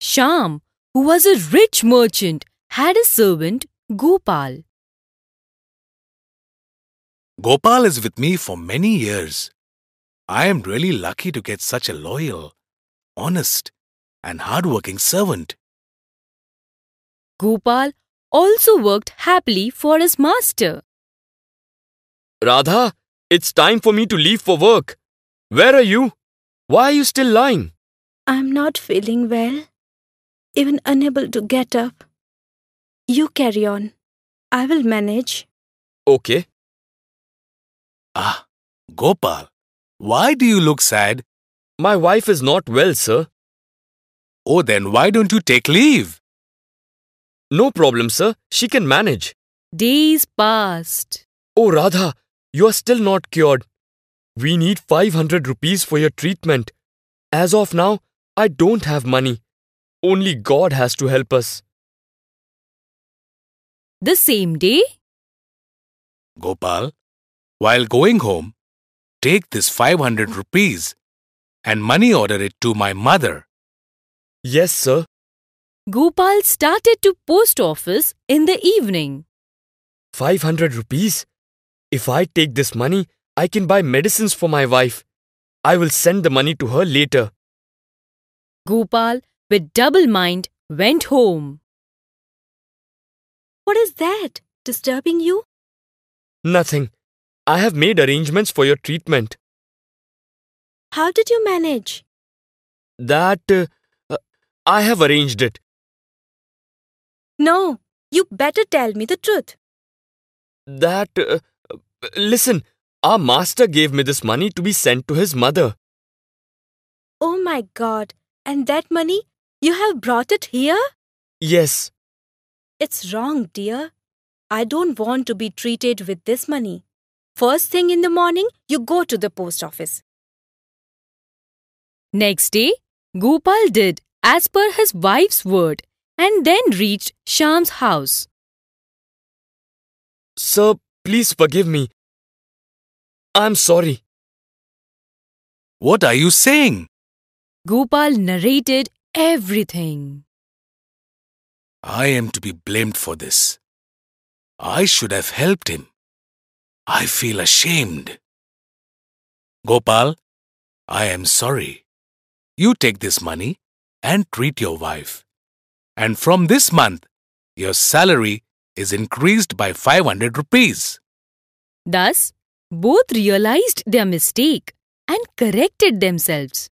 Shyam, who was a rich merchant, had a servant, Gopal. Gopal is with me for many years. I am really lucky to get such a loyal, honest, and hardworking servant. Gopal also worked happily for his master. Radha, it's time for me to leave for work. Where are you? Why are you still lying? I'm not feeling well, even unable to get up. You carry on. I will manage. Okay. Ah, Gopal, why do you look sad? My wife is not well, sir. Oh, then why don't you take leave? No problem, sir. She can manage. Days passed. Oh, Radha, you are still not cured. We need 500 rupees for your treatment. As of now, I don't have money. Only God has to help us. The same day, Gopal, while going home, take this 500 rupees and money order it to my mother. Yes, sir. Gopal started to post office in the evening. 500 rupees? If I take this money, I can buy medicines for my wife. I will send the money to her later. Gopal, with double mind, went home. What is that? Disturbing you? Nothing. I have made arrangements for your treatment. How did you manage? That. uh, uh, I have arranged it. No, you better tell me the truth. That. uh, uh, listen, our master gave me this money to be sent to his mother. Oh my god, and that money? You have brought it here? Yes, It's wrong, dear. I don't want to be treated with this money. First thing in the morning, you go to the post office. Next day, Gopal did as per his wife's word and then reached Shyam's house. sir, please forgive me. I'm sorry. What are you saying? Gopal narrated everything. I am to be blamed for this. I should have helped him. I feel ashamed. Gopal, I am sorry. You take this money and treat your wife. And from this month, your salary is increased by 500 rupees. Thus, both realized their mistake and corrected themselves.